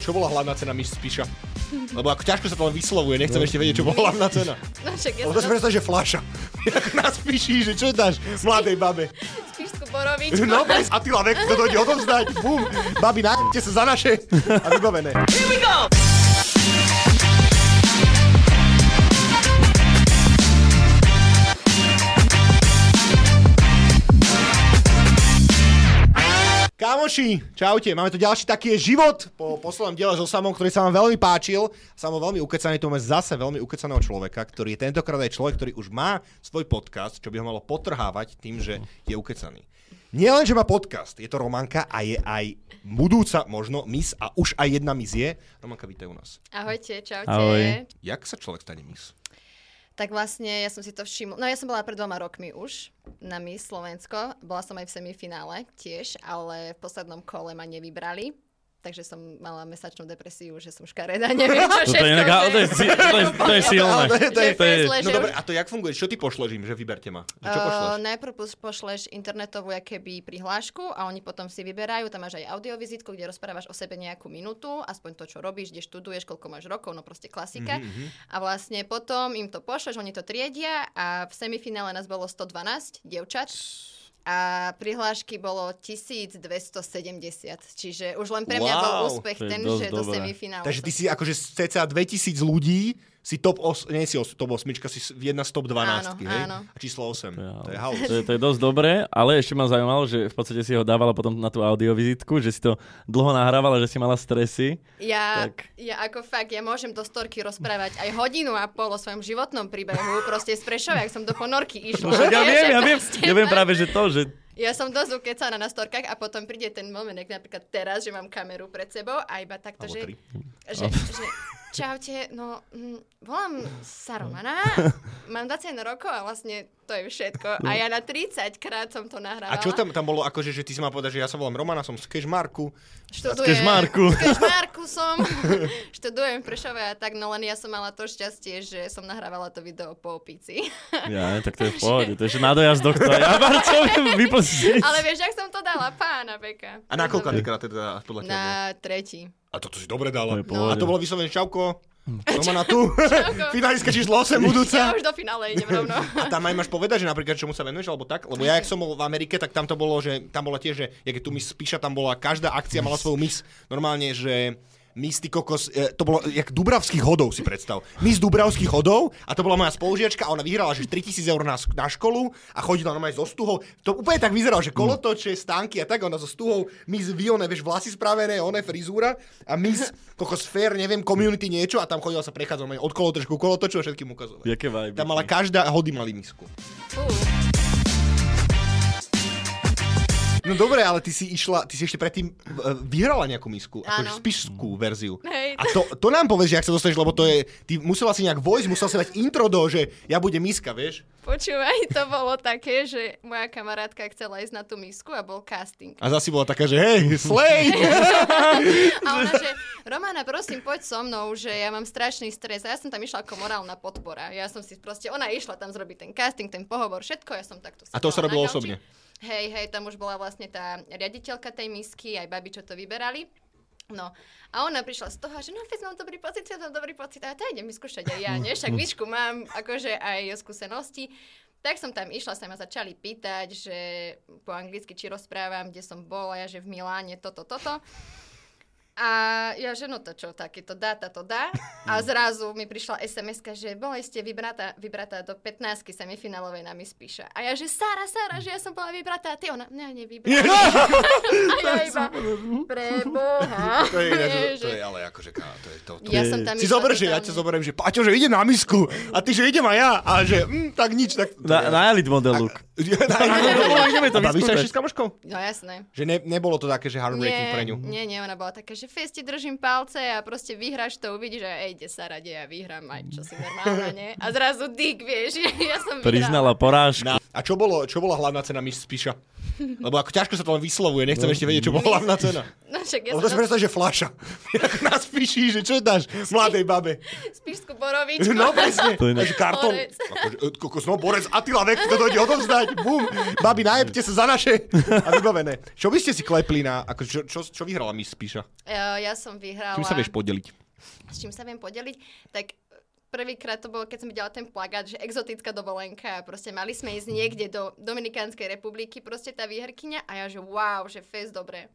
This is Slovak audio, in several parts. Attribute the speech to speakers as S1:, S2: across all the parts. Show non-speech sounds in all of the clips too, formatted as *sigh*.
S1: Čo bola hlavná cena Miss Spíša? Lebo ako ťažko sa to len vyslovuje, nechcem ešte vedieť, čo bola hlavná cena.
S2: No však ja
S1: No. *laughs* Lebo to si
S2: som
S1: predstav, že *laughs* fľaša. Ako nás píši, že čo dáš mladej babe.
S2: spíšku borovičku.
S1: *laughs* No, bez Atila vek, kto dojde odovzdať, bum, babi, nájdete sa za naše a vybavené. Kámoši, čaute, máme tu ďalší taký je život po poslednom diele so Samom, ktorý sa vám veľmi páčil. Samo veľmi ukecaný, tu máme zase veľmi ukecaného človeka, ktorý je tentokrát aj človek, ktorý už má svoj podcast, čo by ho malo potrhávať tým, že je ukecaný. Nie len, že má podcast, je to Romanka a je aj budúca možno mis a už aj jedna mis je. Romanka, vítaj u nás.
S2: Ahojte, čaute.
S3: Ahoj.
S1: Jak sa človek stane mis?
S2: Tak vlastne ja som si to všimla. No ja som bola pred dvoma rokmi už na Miss Slovensko. Bola som aj v semifinále tiež, ale v poslednom kole ma nevybrali. Takže som mala mesačnú depresiu, že som škareda, neviem čo
S3: Toto je,
S2: všetko.
S3: inak, ale to, je, si- to, je, *laughs* to je silné.
S1: Ale to je-
S2: Že first
S3: to
S2: lež-
S1: No
S2: Že-
S1: dobre, a to jak funguje? Čo ty pošleš im, že vyberte ma? Že Čo
S2: Eh,
S1: pošleš?
S2: najprv pos- pošleš internetovú keby prihlášku a oni potom si vyberajú, tam máš aj audiovizitku, kde rozprávaš o sebe nejakú minútu, aspoň to, čo robíš, kde študuješ, koľko máš rokov, no
S1: Mhm,
S2: proste klasika. A vlastne potom im to pošleš, oni to triedia a v semifinále nás bolo 112 dievčat. A prihlášky bolo 1270, čiže už len pre mňa bol
S1: Wow,
S2: úspech
S3: to je
S2: ten,
S3: dosť
S2: že do
S3: dobré.
S2: semifinálu.
S1: Takže ty
S2: som-
S1: si akože z cca 2000 ľudí, si top 8, nie si os- top 8, si s- jedna z top 12,
S2: Áno,
S1: hej?
S2: áno.
S1: A číslo 8,
S3: Ja,
S1: to je
S3: ale-
S1: haus.
S3: To je, to je dosť dobré, ale ešte ma zaujímalo, že v podstate si ho dávala potom na tú audiovizitku, že si to dlho nahrávala, že si mala stresy.
S2: Ja,
S3: Tak.
S2: ja ako fakt, ja môžem do storky rozprávať aj hodinu a pol o svojom životnom príbehu, proste z Prešova, jak som do ponorky išla.
S3: No Ja
S2: Vieš,
S3: viem,
S2: že
S3: ja viem,
S2: proste-
S3: ja viem práve, že to, že
S2: Ja som dosť ukecaná na storkách a potom príde ten moment, jak napríklad teraz, že mám kameru pred sebou a iba takto,
S1: Alebo
S2: že,
S1: tri.
S2: že, že čaute, no hm, volám sa
S3: *laughs*
S2: Romana, mám 21 rokov a vlastne to je všetko. A
S3: No.
S2: ja na 30 krát som to nahrávala.
S1: A čo tam, tam bolo akože, že ty si ma povedať, že ja sa volám Romana, som z Kešmarku.
S2: Študujem.
S3: Kežmarku.
S2: V Kežmarku
S1: *laughs*
S2: som. Študujem v Prešove a tak, no len ja som mala to šťastie, že som nahrávala to video po
S1: *laughs*
S2: opici.
S3: Ja, tak to je v pohode, to je že na dojazd doktora. Ja vám čo viem vypustiť.
S2: Ale vieš, ak som to dala, pána Beka.
S1: A na koľka krát teda podľa teba? bolo?
S2: No, Na tretí.
S1: A toto si dobre dala.
S3: To je pohode.
S1: A to bolo vyslovené čauko.
S3: *laughs*
S1: Romana tu. Finalistka číslo 8
S2: Ja
S1: budúca.
S2: už do finále idem
S1: *laughs*
S2: rovno.
S1: A tam aj máš povedať, že napríklad čomu sa venuješ, alebo tak? Lebo ja, jak som bol v Amerike, tak tam to bolo, že tam bola tiež, že jak je tu Miss Spíša, tam bola každá akcia, mala svoju Miss. Normálne, že Miss ty kokos, e, to bolo jak Dubravských hodov si predstav. Miss Dubravských hodov a to bola moja spolužiačka a ona vyhrala že 3000 eur na, na školu a chodila normálne so stuhou. To úplne tak vyzeralo, že kolotoče, stánky a tak, a ona so stuhou Miss Vione, vieš, vlasy spravené, ona frizúra a Miss kokos fair, neviem, community niečo a tam chodila sa prechádzať normálne od kolotočku, kolotoču a všetkým ukazovať.
S3: Jaké vajby.
S1: Tam mala každá hody mali misku.
S2: Fú.
S1: No dobre, ale ty si išla, ty si ešte predtým e, vyhrala nejakú misku, akože
S2: Áno.
S1: spišskú verziu.
S2: Hej.
S1: A to, to nám povedz, že ak sa dostaneš, lebo to je, ty musela si nejak vojsť, musela si dať intro do, že ja budem miska, vieš?
S2: Počúvaj, to bolo také, že moja kamarátka chcela ísť na tú misku a bol
S1: *laughs*
S2: casting.
S1: A zasi bola taká, že hej,
S2: *laughs*
S1: slej!
S2: A ona, že Romana, prosím, poď so mnou, že ja mám strašný stres. A ja som tam išla ako morálna podpora. Ja som si proste, ona išla tam zrobiť ten casting, ten pohovor, všetko, ja som takto
S1: A to
S2: sedela
S1: sa
S2: na
S1: robilo
S2: gauči.
S1: osobne?
S2: Hej, hej, tam už bola vlastne tá riaditeľka tej misky, aj babi, čo to vyberali. No a ona prišla z toho, že no fest, mám dobrý pocit, ja mám dobrý pocit, a ja to idem vyskúšať aj ja, nie? Však výšku mám akože aj skúsenosti. Tak som tam išla, sa ma začali pýtať, že po anglicky či rozprávam, kde som bola, ja že v Miláne, toto, toto. A ja, že no to čo, takéto dá, to dá.
S1: Mm.
S2: A zrazu mi prišla sms že boli ste vybratá, vybratá do 15 semifinálovej na Miss Píša. A ja, že Sara, Sara, že ja som bola vybratá, a ty ona, mňa
S1: *laughs*
S2: nevybrala. a ja iba, preboha.
S1: to je, ináč,
S2: Vieš,
S1: to
S2: že-
S1: je ale akože, ká- to je to. to.
S2: Ja som tam
S1: Si
S2: išla
S1: zober, že ja
S2: totálne.
S1: ťa zoberiem, že Paťo, že ide na misku a ty, že idem aj ja a že mm, tak nič, tak...
S3: Na, na elite model look. No, ideme to
S1: A bavíš sa
S3: vyskúšať.
S1: ešte s kamoškou?
S2: No jasné.
S1: *laughs* Že ne, nebolo to také, že heartbreaking pre ňu.
S2: nie, nie, ona bola taká, že festi držím palce a proste vyhráš to, uvidíš a ejde sa rade, ja vyhrám aj čo si normálne, nie? A zrazu dyk, vieš, *laughs* ja som vyhrala.
S3: Priznala porážku.
S1: Na, a čo, bolo, čo bola hlavná cena Miss Spíša? Lebo ako ťažko sa to len vyslovuje, nechcem
S3: No.
S1: ešte vedieť, čo bola hlavná cena.
S2: No však *laughs* ja
S1: Lebo to si
S2: som
S1: predstav, že fľaša. *laughs* Ako nás píši, že čo dáš mladej babe.
S2: spíšskú borovičku.
S1: No presne.
S3: To je inak-
S1: Takže kartón.
S2: Borec.
S1: Akože, e, kokos, no Borec, Atila vek, kto dojde odovzdať. Bum. Babi, najebte sa za naše. A vybavené. Čo by ste si klepli na... Ako, čo, čo, čo vyhrala Miss Spíša?
S2: E, eh, *laughs* ja som vyhrala...
S1: Čím sa vieš podeliť?
S2: s čím sa viem podeliť, tak prvýkrát to bolo, keď som videla ten plagát, že exotická dovolenka, proste mali sme ísť niekde do Dominikánskej republiky, proste tá výherkyňa a ja, že wow, že fest dobre.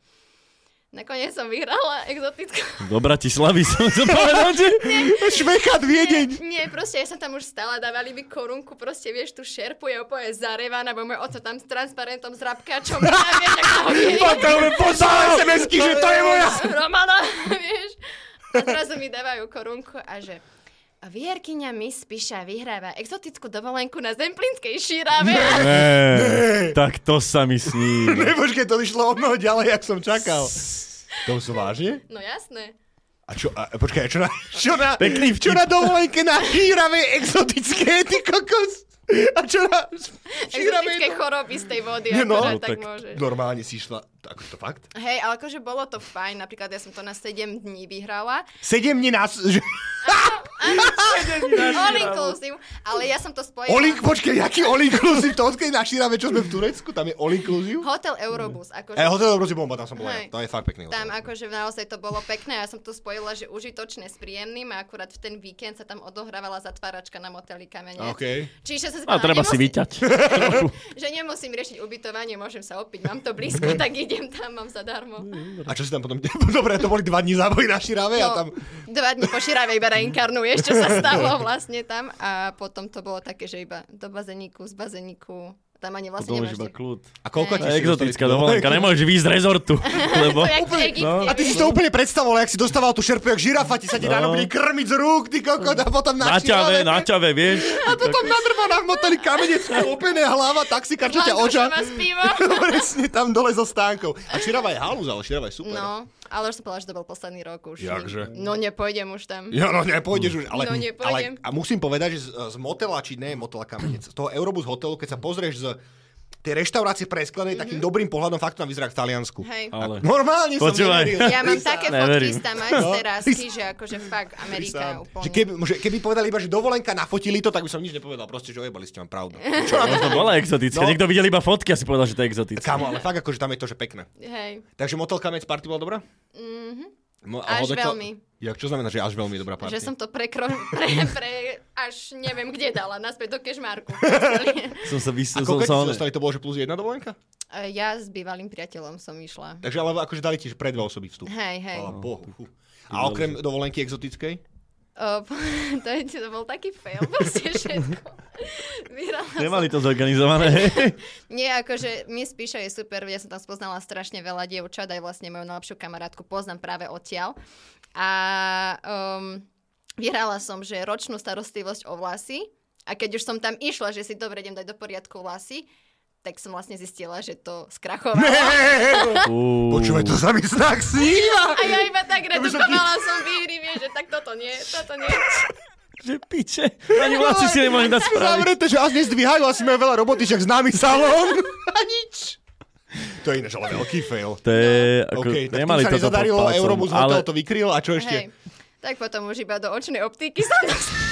S2: Nakoniec som vyhrala exotickú.
S3: Do Bratislavy *laughs* som to povedal, že...
S1: Švechat Viedeň!
S2: Nie, proste ja som tam už stála, dávali mi korunku, proste vieš, tú šerpu je úplne zarevaná, bo môj oco tam s transparentom, s rapkačom, a vieš, ako ho vyrie.
S1: Potom poslal SMS-ky, že to je moja!
S2: *laughs* Romana, vieš. A zrazu mi dávajú korunku a že Vierkyňa mi spíša vyhráva exotickú dovolenku na Zemplínskej šírave.
S3: Ne, tak to sa mi sní.
S1: Počkej, to išlo o mnoho ďalej, jak som čakal. To sú vážne?
S2: No jasné.
S1: A čo, a, počkaj, a čo na, čo na, Pekný čo na dovolenke na šíravej exotické, ty kokos? A čo na
S2: Exotické
S1: šíravej...
S2: choroby z tej vody,
S1: Nie, no.
S2: akorát
S3: No,
S2: tak,
S3: tak
S2: môžeš.
S1: Normálne si išla, ako to fakt?
S2: Hej, ale akože bolo to fajn, napríklad ja som to na 7 dní vyhrala.
S1: Sedem dní nás... Že...
S2: All inclusive, ale ja som to spojila.
S1: All in- počkej, jaký all inclusive? To odkedy na šírave, čo sme v Turecku? Tam je all inclusive?
S2: Hotel Eurobus, akože
S1: E, hotel Dobrosí bomba, tam som bol.
S2: Hej.
S1: ja. To je fakt pekný
S2: Tam
S1: hotel.
S2: akože naozaj to bolo pekné, ja som to spojila, že užitočné s príjemným a akurát v ten víkend sa tam odohrávala zatváračka na moteli kamene.
S1: OK.
S2: Čiže som si
S3: A
S2: povedala,
S3: treba si
S2: nemusím-
S3: vyťať. *laughs*
S2: že nemusím riešiť ubytovanie, môžem sa opiť, mám to
S1: *laughs*
S2: blízko, tak idem tam, mám zadarmo.
S1: A čo si tam potom... *laughs* Dobre, to boli dva dní záboj na šírave a
S2: No,
S1: tam...
S2: Dva dní po širavej iba reinkarnuješ, čo sa stalo
S1: *laughs*
S2: vlastne tam a potom to bolo také, že iba do bazeníku, z bazeníku, tam ani vlastne
S3: Potom už
S2: nemáš...
S3: iba
S2: Iba...
S3: kľud.
S1: A koľko ti
S3: To je
S1: si dostali
S3: exotická
S1: tú
S3: dovolenka, nemôžeš výjsť z rezortu, lebo...
S2: To je jak v
S1: Úplne,
S2: Egypte,
S3: no.
S1: A ty si to úplne predstavoval, jak si dostával tú šerpu, jak žirafa, ti sa ti
S3: No.
S1: ráno bude krmiť z rúk, ty kokot, a potom na,
S3: Na ťave,
S1: šírave.
S3: na ťave, vieš?
S1: A potom na drvaná v moteli kamenec,
S2: *laughs*
S1: klopené hlava, taxikár, čo ťa oča. *laughs* Presne tam dole so stánkou. A širava je halúz, ale širava je super.
S2: No, ale už som povedala, že to bol posledný rok už.
S1: Teda. Jakže?
S2: No nepôjdem už tam.
S1: Ja, no nepôjdeš už, ale,
S2: No,
S1: ale
S2: nepôjdem.
S1: a musím povedať, že z, z motela, či ne, motela kamenec, z toho Eurobus hotelu, keď sa pozrieš z tej reštaurácie presklenej, takým dobrým pohľadom fakt to tam vyzerá v Taliansku.
S2: Mhm. Hej.
S3: Ale...
S1: Normálne som
S3: Počúvaj.
S1: neveril.
S2: Ja mám také
S3: Neverím.
S2: fotky z tam aj z
S1: No.
S2: terasky, že akože fakt Amerika
S1: Prísahám. Že
S2: úplne.
S1: keby, že keby povedali iba, že dovolenka, nafotili to, tak by som nič nepovedal. Proste, že ojebali ste vám pravdu. Čo na to?
S3: To bola exotická.
S1: No.
S3: Niekto videl iba fotky a si povedal, že to je exotická.
S1: Kámo, ale fakt akože tam je to, že pekné.
S2: Hej.
S1: Takže motel kamec party bola dobrá? Mm-hmm.
S2: Mhm. Až veľmi.
S1: Jak, čo znamená, že až veľmi dobrá party?
S2: Že som to prekro... Pre, pre, až neviem, kde dala. Naspäť do Kešmarku.
S3: Som
S1: A
S3: sa vysel, som
S1: koľko
S3: sa...
S1: ste dostali, to bolo, že plus jedna dovolenka?
S2: E, *laughs* ja s bývalým priateľom som išla.
S1: Takže ale akože dali ti že pre dve osoby vstup.
S2: Hej, hej.
S3: No,
S1: Chvala Bohu. Fú. A okrem dovolenky exotickej?
S2: O, *laughs* po- to, je, to bol taký fail, proste
S1: *laughs*
S2: všetko. Vyhrala
S3: Nemali to zorganizované.
S2: Nie, akože mi Spíša je super, ja som tam spoznala strašne veľa dievčat, aj vlastne moju najlepšiu kamarátku poznám práve odtiaľ. A um, vyhrala som, že ročnú starostlivosť o vlasy a keď už som tam išla, že si dobre idem dať do poriadku vlasy, tak som vlastne zistila, že to skrachovalo.
S3: Uú.
S1: Počúvaj, to sa mi snak sníva.
S2: A ja iba tak
S1: by som-
S2: redukovala som výhry, vieš, že tak toto nie, toto nie.
S3: Že piče. Ani vlasy si nemôžem dať spraviť.
S1: Zavreté, že asi nezdvíhajú, asi majú veľa roboty, však známy
S3: *laughs*
S1: salón. A *laughs* nič. To je ináč, ale veľký fail.
S3: To je, ako,
S1: OK, tak nemali
S3: nemali
S1: sa
S3: toto pod
S1: nezadarilo,
S3: palcom,
S1: Eurobus
S3: ale
S1: hotel to vykryl a čo
S2: Hej.
S1: ešte?
S2: Tak potom už iba do očnej optiky som
S1: *laughs*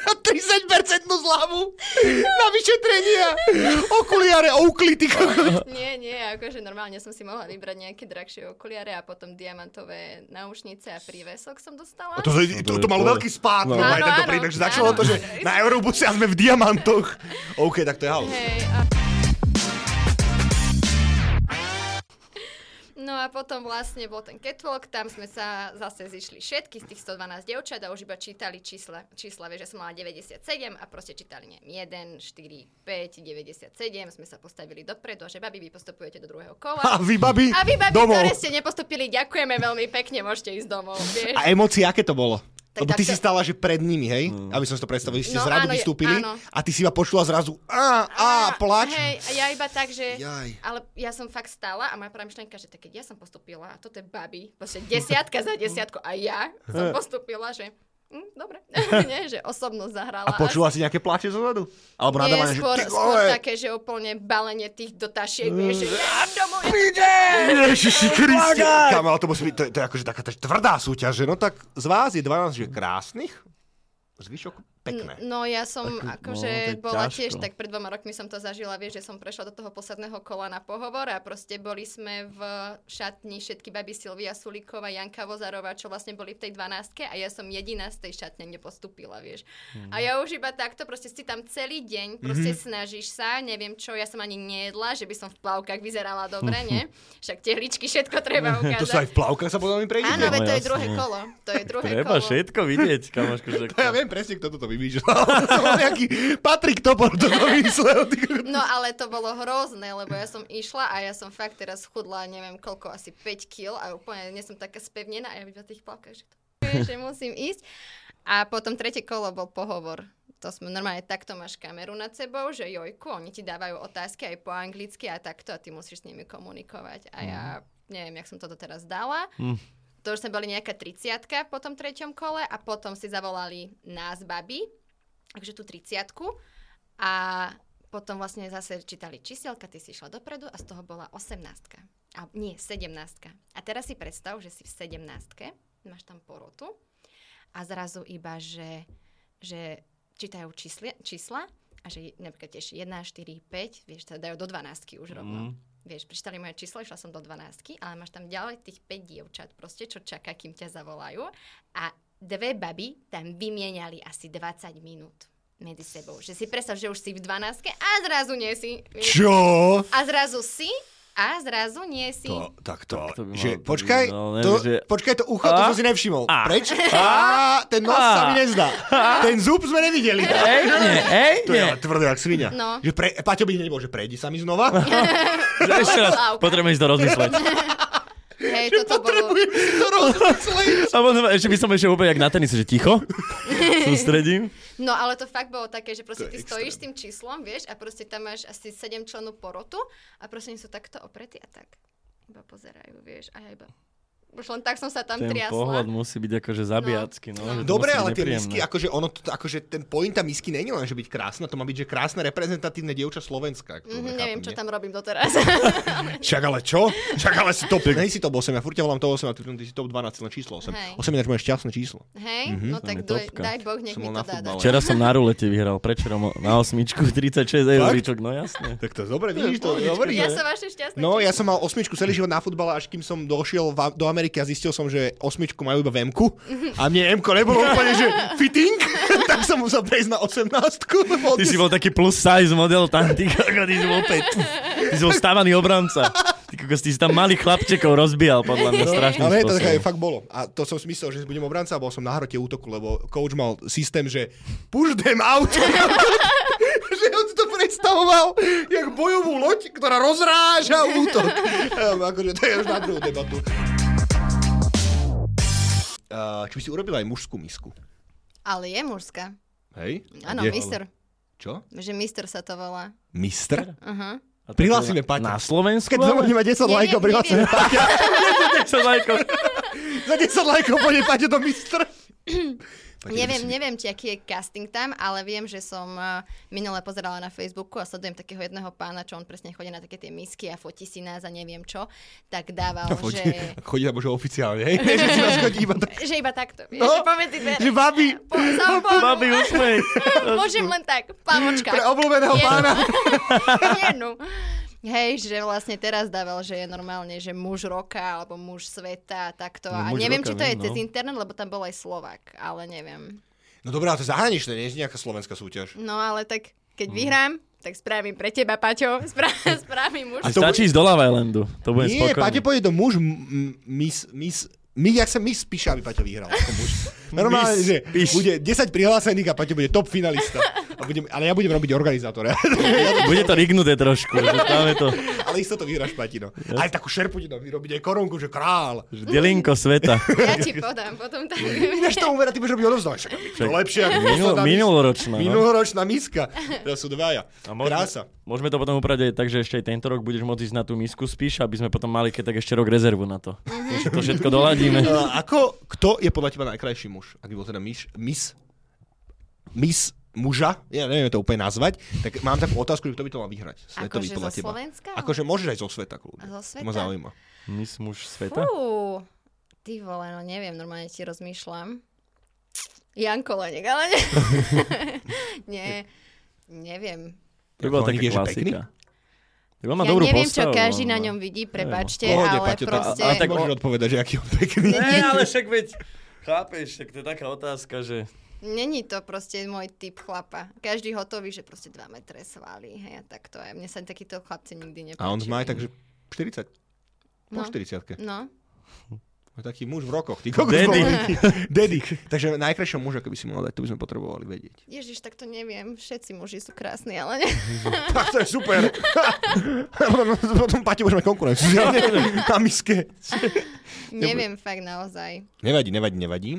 S1: A 30% zľavu na vyšetrenia. Okuliare Oakley, ty kokot.
S2: Nie, nie, akože normálne som si mohla vybrať nejaké drahšie okuliare a potom diamantové náušnice a prívesok som dostala.
S1: A to, sa- to, to malo veľký spád, no,
S3: No.
S1: aj
S2: Áno,
S1: tento
S2: áno,
S1: príbeh, že začalo
S2: áno.
S1: to, že na Eurobuse a sme v diamantoch. OK, tak to je halus.
S2: Hej, a... No a potom vlastne bol ten catwalk, tam sme sa zase zišli všetky z tých 112 dievčat a už iba čítali čísla, čísla, vieš, že som mala 97 a proste čítali, neviem, 1, 4, 5, 97, sme sa postavili dopredu a že babi, vy postupujete do druhého kola.
S1: *laughs* A vy, babi,
S2: A vy, babi,
S1: domov.
S2: ktoré ste nepostupili, ďakujeme veľmi pekne, môžete ísť domov, vieš.
S1: A emócie, aké to bolo?
S2: Tak
S1: Lebo ty
S2: takto-
S1: si stála, že pred nimi, hej? Aby som si to predstavil, vy ste
S2: No,
S1: z radu
S2: áno, je-
S1: vystúpili
S2: áno.
S1: a ty si iba počula zrazu a, a, plač.
S2: Hej, a ja iba tak, že...
S1: Jaj.
S2: Ale ja som fakt stála a moja prvá myšlienka, že tak keď ja som postupila, a toto je babi, proste desiatka za desiatku a ja som postupila, že... Hm, dobre, *laughs* nie, že osobnosť zahrala.
S1: A počula si nejaké plače zo zadu? Alebo nadávanie,
S2: nie,
S1: že
S2: skôr,
S1: ty
S2: skôr
S1: vole,
S2: také, že úplne balenie tých do tašiek, vieš, že ja domov, ja
S1: Ježiši
S2: Oh
S1: Kriste. Kam, ale to musí byť, to, je- to je akože taká tá tvrdá súťaž, že no tak z vás je 12 že krásnych, zvyšok Pekné.
S2: N- No ja som
S3: Tak, no, to je
S2: akože bola
S3: ťažko.
S2: tiež, tak pred dvoma rokmi som to zažila, vieš, že som prešla do toho posledného kola na pohovor a proste boli sme v šatni všetky baby Silvia Sulíková, Janka Vozarová, čo vlastne boli v tej dvanástke a ja som jediná z tej šatne nepostúpila, vieš. A
S3: Mhm.
S2: ja už iba takto, proste si tam celý deň, proste snažíš sa, neviem čo, ja som ani nejedla, že by som v plavkách vyzerala dobre,
S3: *laughs*
S2: nie? Však tehličky, všetko treba ukázať.
S1: To sa aj v plavkách sa potom mi prejde.
S2: Áno,
S3: No,
S2: veď to je
S3: jasné.
S2: druhé kolo. To je druhé
S3: Treba
S2: kolo.
S3: všetko vidieť, kamošku. Že...
S1: To ja viem presne, kto toto vymýšľal. *laughs* to bol nejaký Patrik Topor to vymyslel. ty kokos.
S2: No ale to bolo hrozné, lebo ja som išla a ja som fakt teraz chudla, neviem koľko, asi 5 kg a úplne nie som taká spevnená a ja v tých plavkách, že to *laughs* je, že musím ísť. A potom tretie kolo bol pohovor. To sme normálne takto máš kameru nad sebou, že jojku, oni ti dávajú otázky aj po anglicky a takto a ty musíš s nimi komunikovať. A ja neviem, jak som toto teraz dala.
S3: Mm.
S2: To už sme boli nejaká 30 po tom treťom kole a potom si zavolali nás, baby, takže tú 30 a potom vlastne zase čítali číselka, ty si išla dopredu a z toho bola 18 a nie, 17 A teraz si predstav, že si v 17 máš tam porotu a zrazu iba, že, že čítajú čísli, čísla a že napríklad tiež 1, 4, 5, vieš, teda dajú do 12 už rovno.
S3: Mm.
S2: Vieš, prečítali moje číslo, išla som do 12, ale máš tam ďalej tých 5 dievčat proste, čo čaká, kým ťa zavolajú. A dve baby tam vymieniali asi 20 minút medzi sebou. Že si predstav, že už si v 12 a zrazu nie si. vieš.
S1: Čo?
S2: A zrazu si a zrazu nie si.
S1: To, tak to,
S3: Tak to by
S1: že,
S3: malo-
S1: počkaj,
S3: no, ne,
S1: to,
S3: že-
S1: počkaj, to ucho, to
S3: A?
S1: som si nevšimol.
S3: A?
S1: Preč? Á, ten nos
S3: A?
S1: sa mi nezdá. Ten zub sme nevideli.
S3: Ej, nie, ej,
S1: To je
S3: nie.
S1: ale tvrdé, jak svinia.
S2: No.
S1: Že pre, Paťo by nebol, že prejdi sa mi znova.
S3: Že Ešte raz,
S2: Plavka.
S3: potrebujem ísť to rozmysleť.
S2: Hej,
S1: že
S2: toto bolo...
S1: potrebujem si *laughs* to rozmyslieť.
S3: A potom, ešte by som ešte úplne jak na tenise, že ticho. Sústredím.
S2: No ale to fakt bolo také, že proste
S1: To je
S2: ty
S1: extrém.
S2: stojíš s tým číslom, vieš, a proste tam máš asi 7 členov porotu a proste oni sú takto opretí a tak iba pozerajú, vieš, a ja iba... Už len tak som sa tam
S3: Ten
S2: triasla. Mhm,
S3: pohľad musí byť akože zabijacký.
S2: No.
S3: No, že to
S1: Dobre,
S3: musí byť
S1: ale tie
S3: nepríjemné.
S1: misky, akože, ono, to, akože ten pointa misky není len, že byť krásna, to má byť, že krásne reprezentatívne dievča Slovenska. ak to
S2: Mhm,
S1: dobre
S2: neviem,
S1: chápem,
S2: čo
S1: nie?
S2: tam robím doteraz. *laughs*
S1: Však ale čo? Však ale si *laughs* top, nej si top 8, ja furt ťa volám top 8, a ty, ty si top 12, len číslo 8.
S2: Hej.
S1: 8 je ináč moje šťastné číslo.
S2: Hej,
S1: Mhm.
S2: no
S3: Tam je
S2: tak daj,
S3: topka.
S2: daj Boh, nech
S1: Som
S2: mi
S1: bol
S2: to
S1: na
S2: dá. dať.
S1: futbale.
S3: Včera som na rulete vyhral, prečerom na osmičku 36 euríčok, no jasné.
S1: Tak to je dobre, vidíš to, dobrý.
S2: Ja som vaše šťastné.
S1: No, ja som mal osmičku celý život na futbale, až kým som došiel va- do Ameriky a zistil som, že osmičku majú iba v m
S2: Mhm.
S1: A mne m nebolo úplne, že fitting, *laughs* tak som musel prejsť na 18
S3: Ty si bol taký plus size model tam, ty kokos, ty si bol opäť. Ty si bol stávaný obranca. Ty kokos, ty si tam malých chlapčekov rozbíjal, podľa mňa, strašným
S1: No, Ale to tak aj
S3: spôsobom.
S1: fakt bolo. A to som si myslel, že budem obranca a bol som na hrote útoku, lebo coach mal systém, že push them out. *laughs* že on si to predstavoval jak bojovú loď, ktorá rozráža útok. Ehm, akože to je už na druhú debatu. Uh, či by si urobil aj mužskú misku?
S2: Ale je mužská.
S1: Hej?
S2: Áno,
S1: Kde-
S2: mister.
S1: Čo?
S2: Že mister sa to volá.
S1: Mister?
S2: Aha.
S3: A to
S1: Prihlásime
S3: je
S1: Paťa.
S3: Na Slovensku?
S1: Keď to
S3: *laughs* ale?
S1: budeme 10
S2: Neviem,
S1: lajkov, prihlásime
S2: neviem.
S1: Paťa.
S3: Sa lajko.
S1: Za 10 lajkov pôjde Paťa do mister. Paťa,
S2: Neviem,
S1: si-
S2: neviem, či aký je casting tam, ale viem, že som eh, minule pozerala na Facebooku a sledujem takého jedného pána, čo on presne chodí na také tie misky a fotí si nás a neviem čo, tak
S3: *laughs*
S2: dával,
S1: Chodí,
S2: že,
S1: chodí tam už oficiálne, *laughs* hej? Že si nás chodí iba tak.
S2: že iba takto.
S1: No,
S2: No, že pomedzi dvere.
S1: Že babi,
S2: Po, za oponou.
S3: Babi, usmej.
S2: Môžem len tak, pámočka. *laughs*
S1: pre obľúbeného
S2: Jednu.
S1: pána.
S2: Jednu. no. Hej, že vlastne teraz dával, že je normálne, že muž roka alebo muž sveta a takto.
S3: No,
S2: a
S3: muž
S2: neviem, či
S3: roka,
S2: to je
S3: viem, no.
S2: cez internet, lebo tam bol aj Slovak, ale neviem.
S1: No dobrá, to je zahraničné, nie je nejaká slovenská súťaž.
S2: No ale tak, keď vyhrám, tak spravím pre teba, Paťo. Spra- spravím
S3: A
S1: to
S2: už.
S3: stačí ísť do Lava Islandu. To budem
S1: Nie,
S3: spokojný.
S1: Paťo pôjde do muž, m- m- mis, mis, my, jak sa my spíša, aby Paťo vyhral ako
S3: *laughs*
S1: muž. Normálne,
S3: Miss
S1: že
S3: Píš.
S1: bude 10 prihlásených a Paťo bude top finalista. A budem, ale ja budem robiť organizátora. *laughs*
S3: Bude to rignuté trošku, že tam je to
S1: ale isto to vyhráš, Patino. Aj takú šerputinu, vyrobiť aj korunku, že král.
S3: že delinko sveta.
S2: Ja ti podám potom tak.
S1: Ináč to umera, ty budeš robiť odovzdávať. Však
S3: Však
S1: to lepšie, ako
S3: Minul,
S1: posledná mis-
S3: minuloročná. No?
S1: minuloročná miska. Teraz sú dvaja.
S3: A môžeme-
S1: Krása.
S3: Môžeme to potom upraviť aj tak, že ešte aj tento rok budeš môcť ísť na tú misku spíš, aby sme potom mali keď tak ešte rok rezervu na to.
S1: Mhm.
S3: Že to všetko doladíme.
S1: Uh, ako, kto je podľa teba najkrajší muž? Ak by bol teda myš, mis, mis muža, ja neviem to úplne nazvať, tak mám takú otázku, že kto by to mal vyhrať. Svetový
S2: Akože
S1: podľa
S2: zo
S1: teba.
S2: Slovenska?
S1: Akože môžeš aj zo sveta, kľudne.
S2: Zo
S1: To Ma
S2: sveta?
S1: zaujíma.
S3: Mis muž sveta?
S2: Fú, ty vole, no neviem, normálne ti rozmýšľam. Janko Lenek, ale ne. nie, neviem.
S3: To bola
S1: Ako,
S3: taká
S1: niekde, že
S3: klasika. Tak on má
S2: Ja
S3: dobrú
S2: neviem,
S3: postavu.
S2: čo
S3: no.
S2: každý na
S3: ale-
S2: ňom vidí, prepačte,
S1: Pohode,
S2: ale
S1: Paťo,
S2: proste...
S1: tak, a,
S3: ale
S1: tak
S3: tak-
S1: môžeš odpovedať, že aký on pekný.
S3: Nie, ale však veď... Chápeš, tak to je taká otázka, že...
S2: Není to proste môj typ chlapa. Každý hotový, že proste 2 metre svalí. Hej, a tak to je. Mne sa takýto chlapci nikdy nepáčili.
S1: A on má aj tak, že 40. Po
S2: No.
S1: 40
S2: No,
S1: Taký muž v rokoch. Ty kokos
S3: Daddy.
S1: bol. Daddy. Takže najkrajšieho muža, keby si mal dať, to by sme potrebovali vedieť.
S2: ježiš, tak to neviem. Všetci muži sú krásni, ale *laughs* ne.
S1: Tak to je super. Potom Paťo budeme konkurenciu. Na miske.
S2: neviem fakt naozaj.
S1: Nevadí, nevadí, nevadí.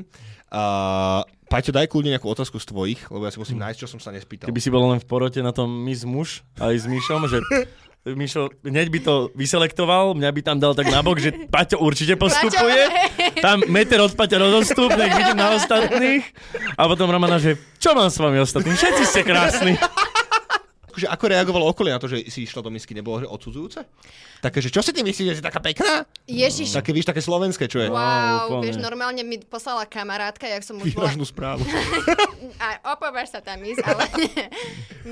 S1: Uh, Paťo, daj kľudne nejakú otázku z tvojich, lebo ja si musím nájsť, čo som sa nespýtal.
S3: Keby si bol len v porote na tom Miss Muž aj s Mišom, že *laughs* Mišo hneď by to vyselektoval, mňa by tam dal tak nabok, že Paťo určite postupuje. Tam meter od Paťa rozostup, nech vidím na ostatných. A potom Romana, že čo mám s vami ostatní? Všetci ste krásni.
S1: Akože, ako reagovalo okolie na to, že si išla do misky, nebolo že odsudzujúce? Také, že čo si ty myslíš, že si taká pekná?
S2: Ježiš,
S1: Také, víš, také slovenské, čo je?
S2: Wow,
S3: úplne.
S2: vieš, normálne mi poslala kamarátka, jak
S1: *laughs*
S2: som už bola...
S1: Výražnú správu.
S2: A opovaž sa tam ísť, ale *laughs* nie.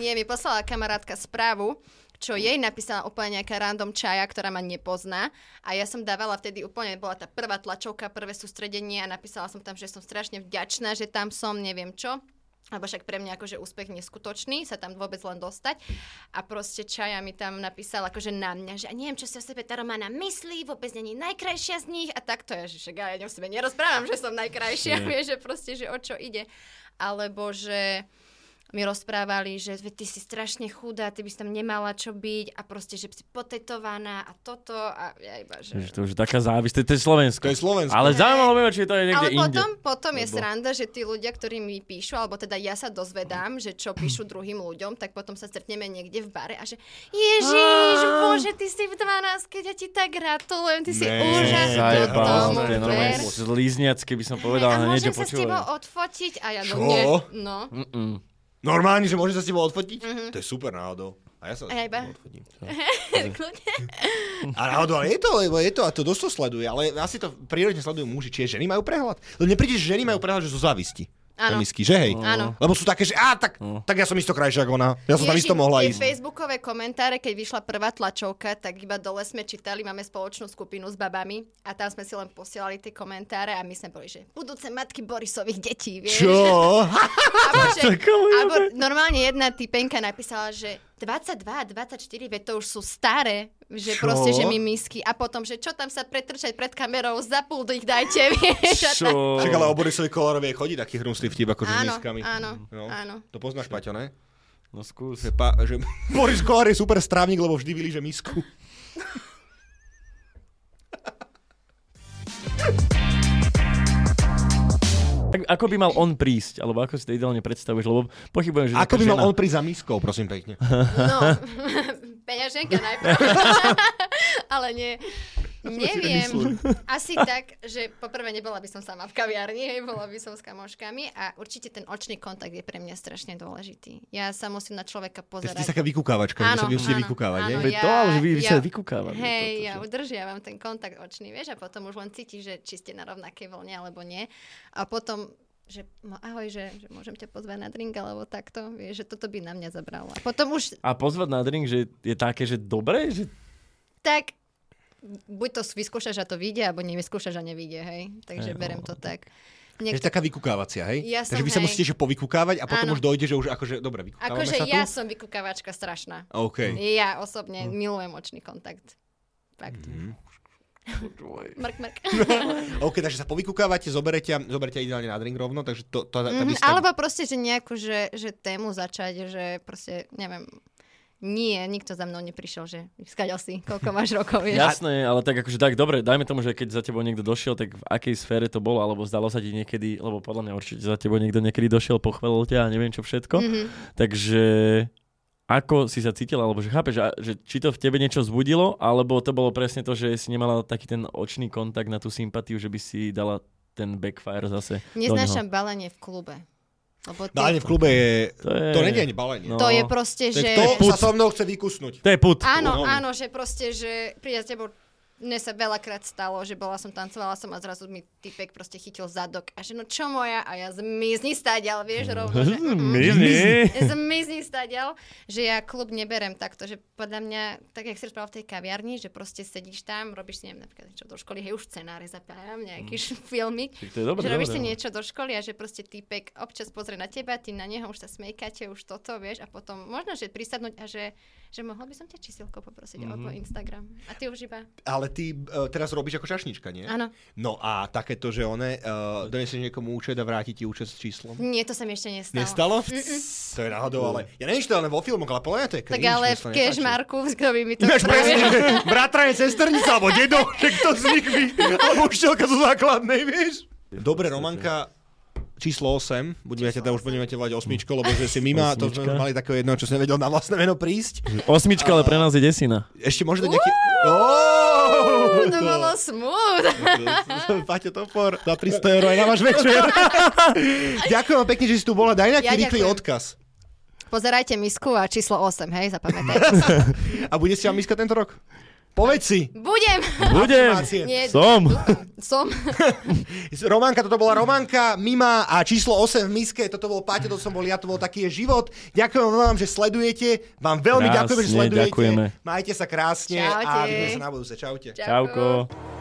S2: nie, mi poslala kamarátka správu, čo jej napísala úplne nejaká random čaja, ktorá ma nepozná. A ja som dávala vtedy úplne, bola tá prvá tlačovka, prvé sústredenie a napísala som tam, že som strašne vďačná, že tam som, neviem čo. Lebo však pre mňa akože úspech neskutočný, sa tam vôbec len dostať. A proste Čaja mi tam napísala akože na mňa, že a neviem, čo si o sebe tá Romana myslí, vôbec není najkrajšia z nich. A tak to je, že však ja, ja o sebe nerozprávam, že som najkrajšia, vieš, *laughs* že proste, že o čo ide. Alebo že mi rozprávali, že "Veď ty si strašne chudá, ty by si tam nemala čo byť a proste, že si potetovaná a toto a ja iba, že...
S3: Že to už je taká závisť, to je
S1: To
S3: Slovensko.
S1: je Slovensko.
S3: Ale zaujímalo by ma, či to je niekde
S2: Ale
S3: inde.
S2: potom, potom je
S3: Lebo-
S2: sranda, že tí ľudia, ktorí mi píšu, alebo teda ja sa dozvedám, že čo píšu druhým ľuďom, tak potom sa stretneme niekde v bare a že Ježiš, bože, ty si v 12, keď ja ti tak gratulujem, ty si
S1: Ne,
S2: úžasný
S1: zajebal
S2: v tom,
S1: som,
S3: to je normálne
S1: ver.
S3: zlízniacky by som povedal,
S2: A môžem
S3: hneď že
S2: sa s tebou
S3: počúvaj.
S2: odfotiť? A ja, no,
S1: Čo?
S2: nie, no.
S3: Mm-mm.
S1: Normálne, že môžem sa s tebou odfotiť? To je super náhodou. A ja sa s
S2: A ja
S1: tebou
S2: iba- *laughs*
S1: odfotím.
S2: Kľudne.
S1: A náhodou, ale je to, lebo je to, a to dosť to sleduje, ale asi to prírodne sledujú muži, čiže ženy majú prehľad. Lebo nepríde, že ženy majú prehľad, že sú závisti.
S2: Áno.
S1: Feministky, že hej?
S2: Áno.
S1: Lebo sú také, že á, tak,
S3: No.
S1: tak ja som isto krajšia ako ona. Ja som tam
S2: Ježiš,
S1: isto mohla ísť.
S2: tie facebookové komentáre, keď vyšla prvá tlačovka, tak iba dole sme čítali, máme spoločnú skupinu s babami a tam sme si len posielali tie komentáre a my sme boli, že budúce matky Borisových detí, vieš? *laughs*
S1: Čo? *laughs*
S2: Alebo, že,
S3: To komu je
S2: alebo normálne jedna typenka napísala, že 22 24, veď to už sú staré, že
S1: Čo?
S2: proste, že mi misky. A potom, že čo tam sa pretrčať pred kamerou, za pult ich dajte, vieš? A tak-
S3: Čo?
S1: Však ale o Borisovi Kolarovi chodí taký hrnustý vtip akože s
S2: Áno,
S1: miskami.
S2: áno,
S1: No.
S2: áno.
S1: To poznáš, Paťo, ne?
S3: No skús.
S1: Že, pa, že *laughs* Boris Kolár je super strávnik, lebo vždy vylíže misku.
S3: Tak ako by mal on prísť, alebo ako si to ideálne predstavuješ, lebo pochybujem, že...
S1: Ako
S3: taká
S1: by mal
S3: žena-
S1: on prísť za miskou, prosím pekne.
S2: No, peňaženka najprv. *laughs* Ale nie. Neviem. Asi tak, že poprvé nebola by som sama v kaviarni, hej, bola by som s kamoškami a určite ten očný kontakt je pre mňa strašne dôležitý. Ja sa musím na človeka
S1: Takže
S2: pozerať. *laughs*
S1: ty si taká vykúkávačka, že sa vy musíte vykúkávať,
S2: áno,
S1: ne?
S3: Veď to, ale že vy- vy sa vykúkávate,
S2: Hej,
S3: toto,
S2: ja
S3: že-
S2: udržiavam ten kontakt očný, vieš, a potom už len cítiš, že či ste na rovnakej vlne alebo nie. A potom že no, ahoj, že, že môžem ťa pozvať na drink alebo takto, vieš, že toto by na mňa zabralo. A potom už
S3: A pozvať na drink, že je také, že dobre, že...
S2: tak buď to vyskúšaš a to vyjde, alebo nevyskúšaš a nevyjde, hej. Takže
S3: Hej, no.
S2: berem to tak.
S1: Je
S2: Niekto...
S1: taká vykúkávacia, hej?
S2: Ja
S1: Takže
S2: som,
S1: vy sa
S2: hej.
S1: musíte že povykúkávať a potom
S2: Áno.
S1: už dojde, že už akože, dobre, vykúkávame sa
S2: Akože
S1: tu?
S2: ja som vykukávačka strašná.
S1: OK.
S2: Ja osobne
S3: Hm.
S2: milujem očný kontakt. Fakt. Mrk,
S3: *laughs*
S2: mrk.
S1: OK, takže sa povykúkávate, zoberete, zoberete ideálne na drink rovno, takže to, to, to,
S2: *laughs*
S1: to by
S2: Mhm,
S1: ste...
S2: Alebo proste, že nejakú, že, že tému začať, že proste, neviem, nie, nikto za mnou neprišiel, že skáďal si, koľko máš rokov, vieš.
S3: Jasné, ale tak akože tak dobre, dajme tomu, že keď za tebou niekto došiel, tak v akej sfére to bolo, alebo zdalo sa ti niekedy, lebo podľa mňa určite za tebou niekto niekedy došiel, pochválil ťa a neviem čo všetko.
S2: Mhm.
S3: Takže ako si sa cítila, alebo že chápeš, a- že či to v tebe niečo zbudilo, alebo to bolo presne to, že si nemala taký ten očný kontakt na tú sympatiu, že by si dala ten backfire zase
S2: Neznášam
S3: No.
S2: balenie v klube. Lebo ty,
S1: Bálenie No, v klube je...
S3: do neho.
S1: To není ani balenie.
S3: No.
S2: to je proste,
S3: To je
S2: že...
S1: Kto sa so mnou chce vykusnúť?
S3: To je put.
S2: Áno,
S1: Urobiť.
S2: áno, že proste, že príde za tebou mne sa veľakrát stalo, že bola som, tancovala som a zrazu mi typek proste chytil zadok a že no čo moja a ja zmizni stáďal, *laughs* vieš, rovno. Že, mm,
S3: Zmizni.
S2: zmizni stáďal, že ja klub neberem takto, že podľa mňa, tak jak si rozprával v tej kaviarni, že proste sedíš tam, robíš si, neviem, napríklad niečo do školy, hej, už scenáre zapájam, nejaký mm. filmik,
S3: Tak to je dobré,
S2: že robíš
S3: dobré. no.
S2: si niečo do školy a že proste týpek občas pozrie na teba, ty na neho už sa smejkáte, už toto, vieš, a potom možno, že prisadnúť a že, že mohol by som ťa čísilko poprosiť, mm-hmm. alebo Instagram. A ty už iba,
S1: Ale ty uh, teraz robíš ako čašnička, nie?
S2: áno.
S1: No a takéto, že one, uh, donesieš niekomu účet a vráti ti účet s číslom.
S2: Nie, to sa mi ešte nestalo.
S1: Nestalo? To je náhodou, ale ja neviem, či to je len vo filmoch, ale podľa mňa to je
S2: Tak
S1: cringe,
S2: ale
S1: mne
S2: v
S1: sa to nepáči.
S2: Kešmarku, s kto by mi to
S1: Ináč presne,
S2: spravil.
S1: že *laughs* bratra je sesternica, alebo dedo, že kto z nich by, alebo učiteľka zo základnej, vieš? Dobre, Romanka, číslo 8, budeme ťa teda už budeme ťa volať osmičko, lebo že si mima, to sme
S3: Osmička.
S1: mali takého jedného, čo si nevedel na vlastné meno prísť.
S3: Osmička, ale pre nás je desina.
S1: Ešte možno nejaký... Oh,
S2: *laughs* To bolo smooth.
S1: *laughs* Paťo Topor, za 300 eur aj na váš večer. *laughs* Ďakujem vám pekne, že si tu bola. Daj nejaký
S2: Ja
S1: rýchly
S2: ďakujem.
S1: odkaz.
S2: Pozerajte misku a číslo 8, hej, zapamätajte.
S1: A bude si vám miska tento rok? Povedz si.
S2: Budem!
S3: Budem.
S1: Afirmácie.
S2: Nie,
S3: Som.
S2: dúfam. Som.
S1: Románka, toto bola Románka, Mima a číslo 8 v miske, toto bol Paťo, to som bol ja, to bol taký je život. Ďakujem vám, že sledujete, vám veľmi
S3: Krásne,
S1: ďakujem, že sledujete.
S3: ďakujeme.
S1: Majte sa krásne a
S2: Čaute.
S1: vidíme sa na budúce. Čaute.
S3: Čauko.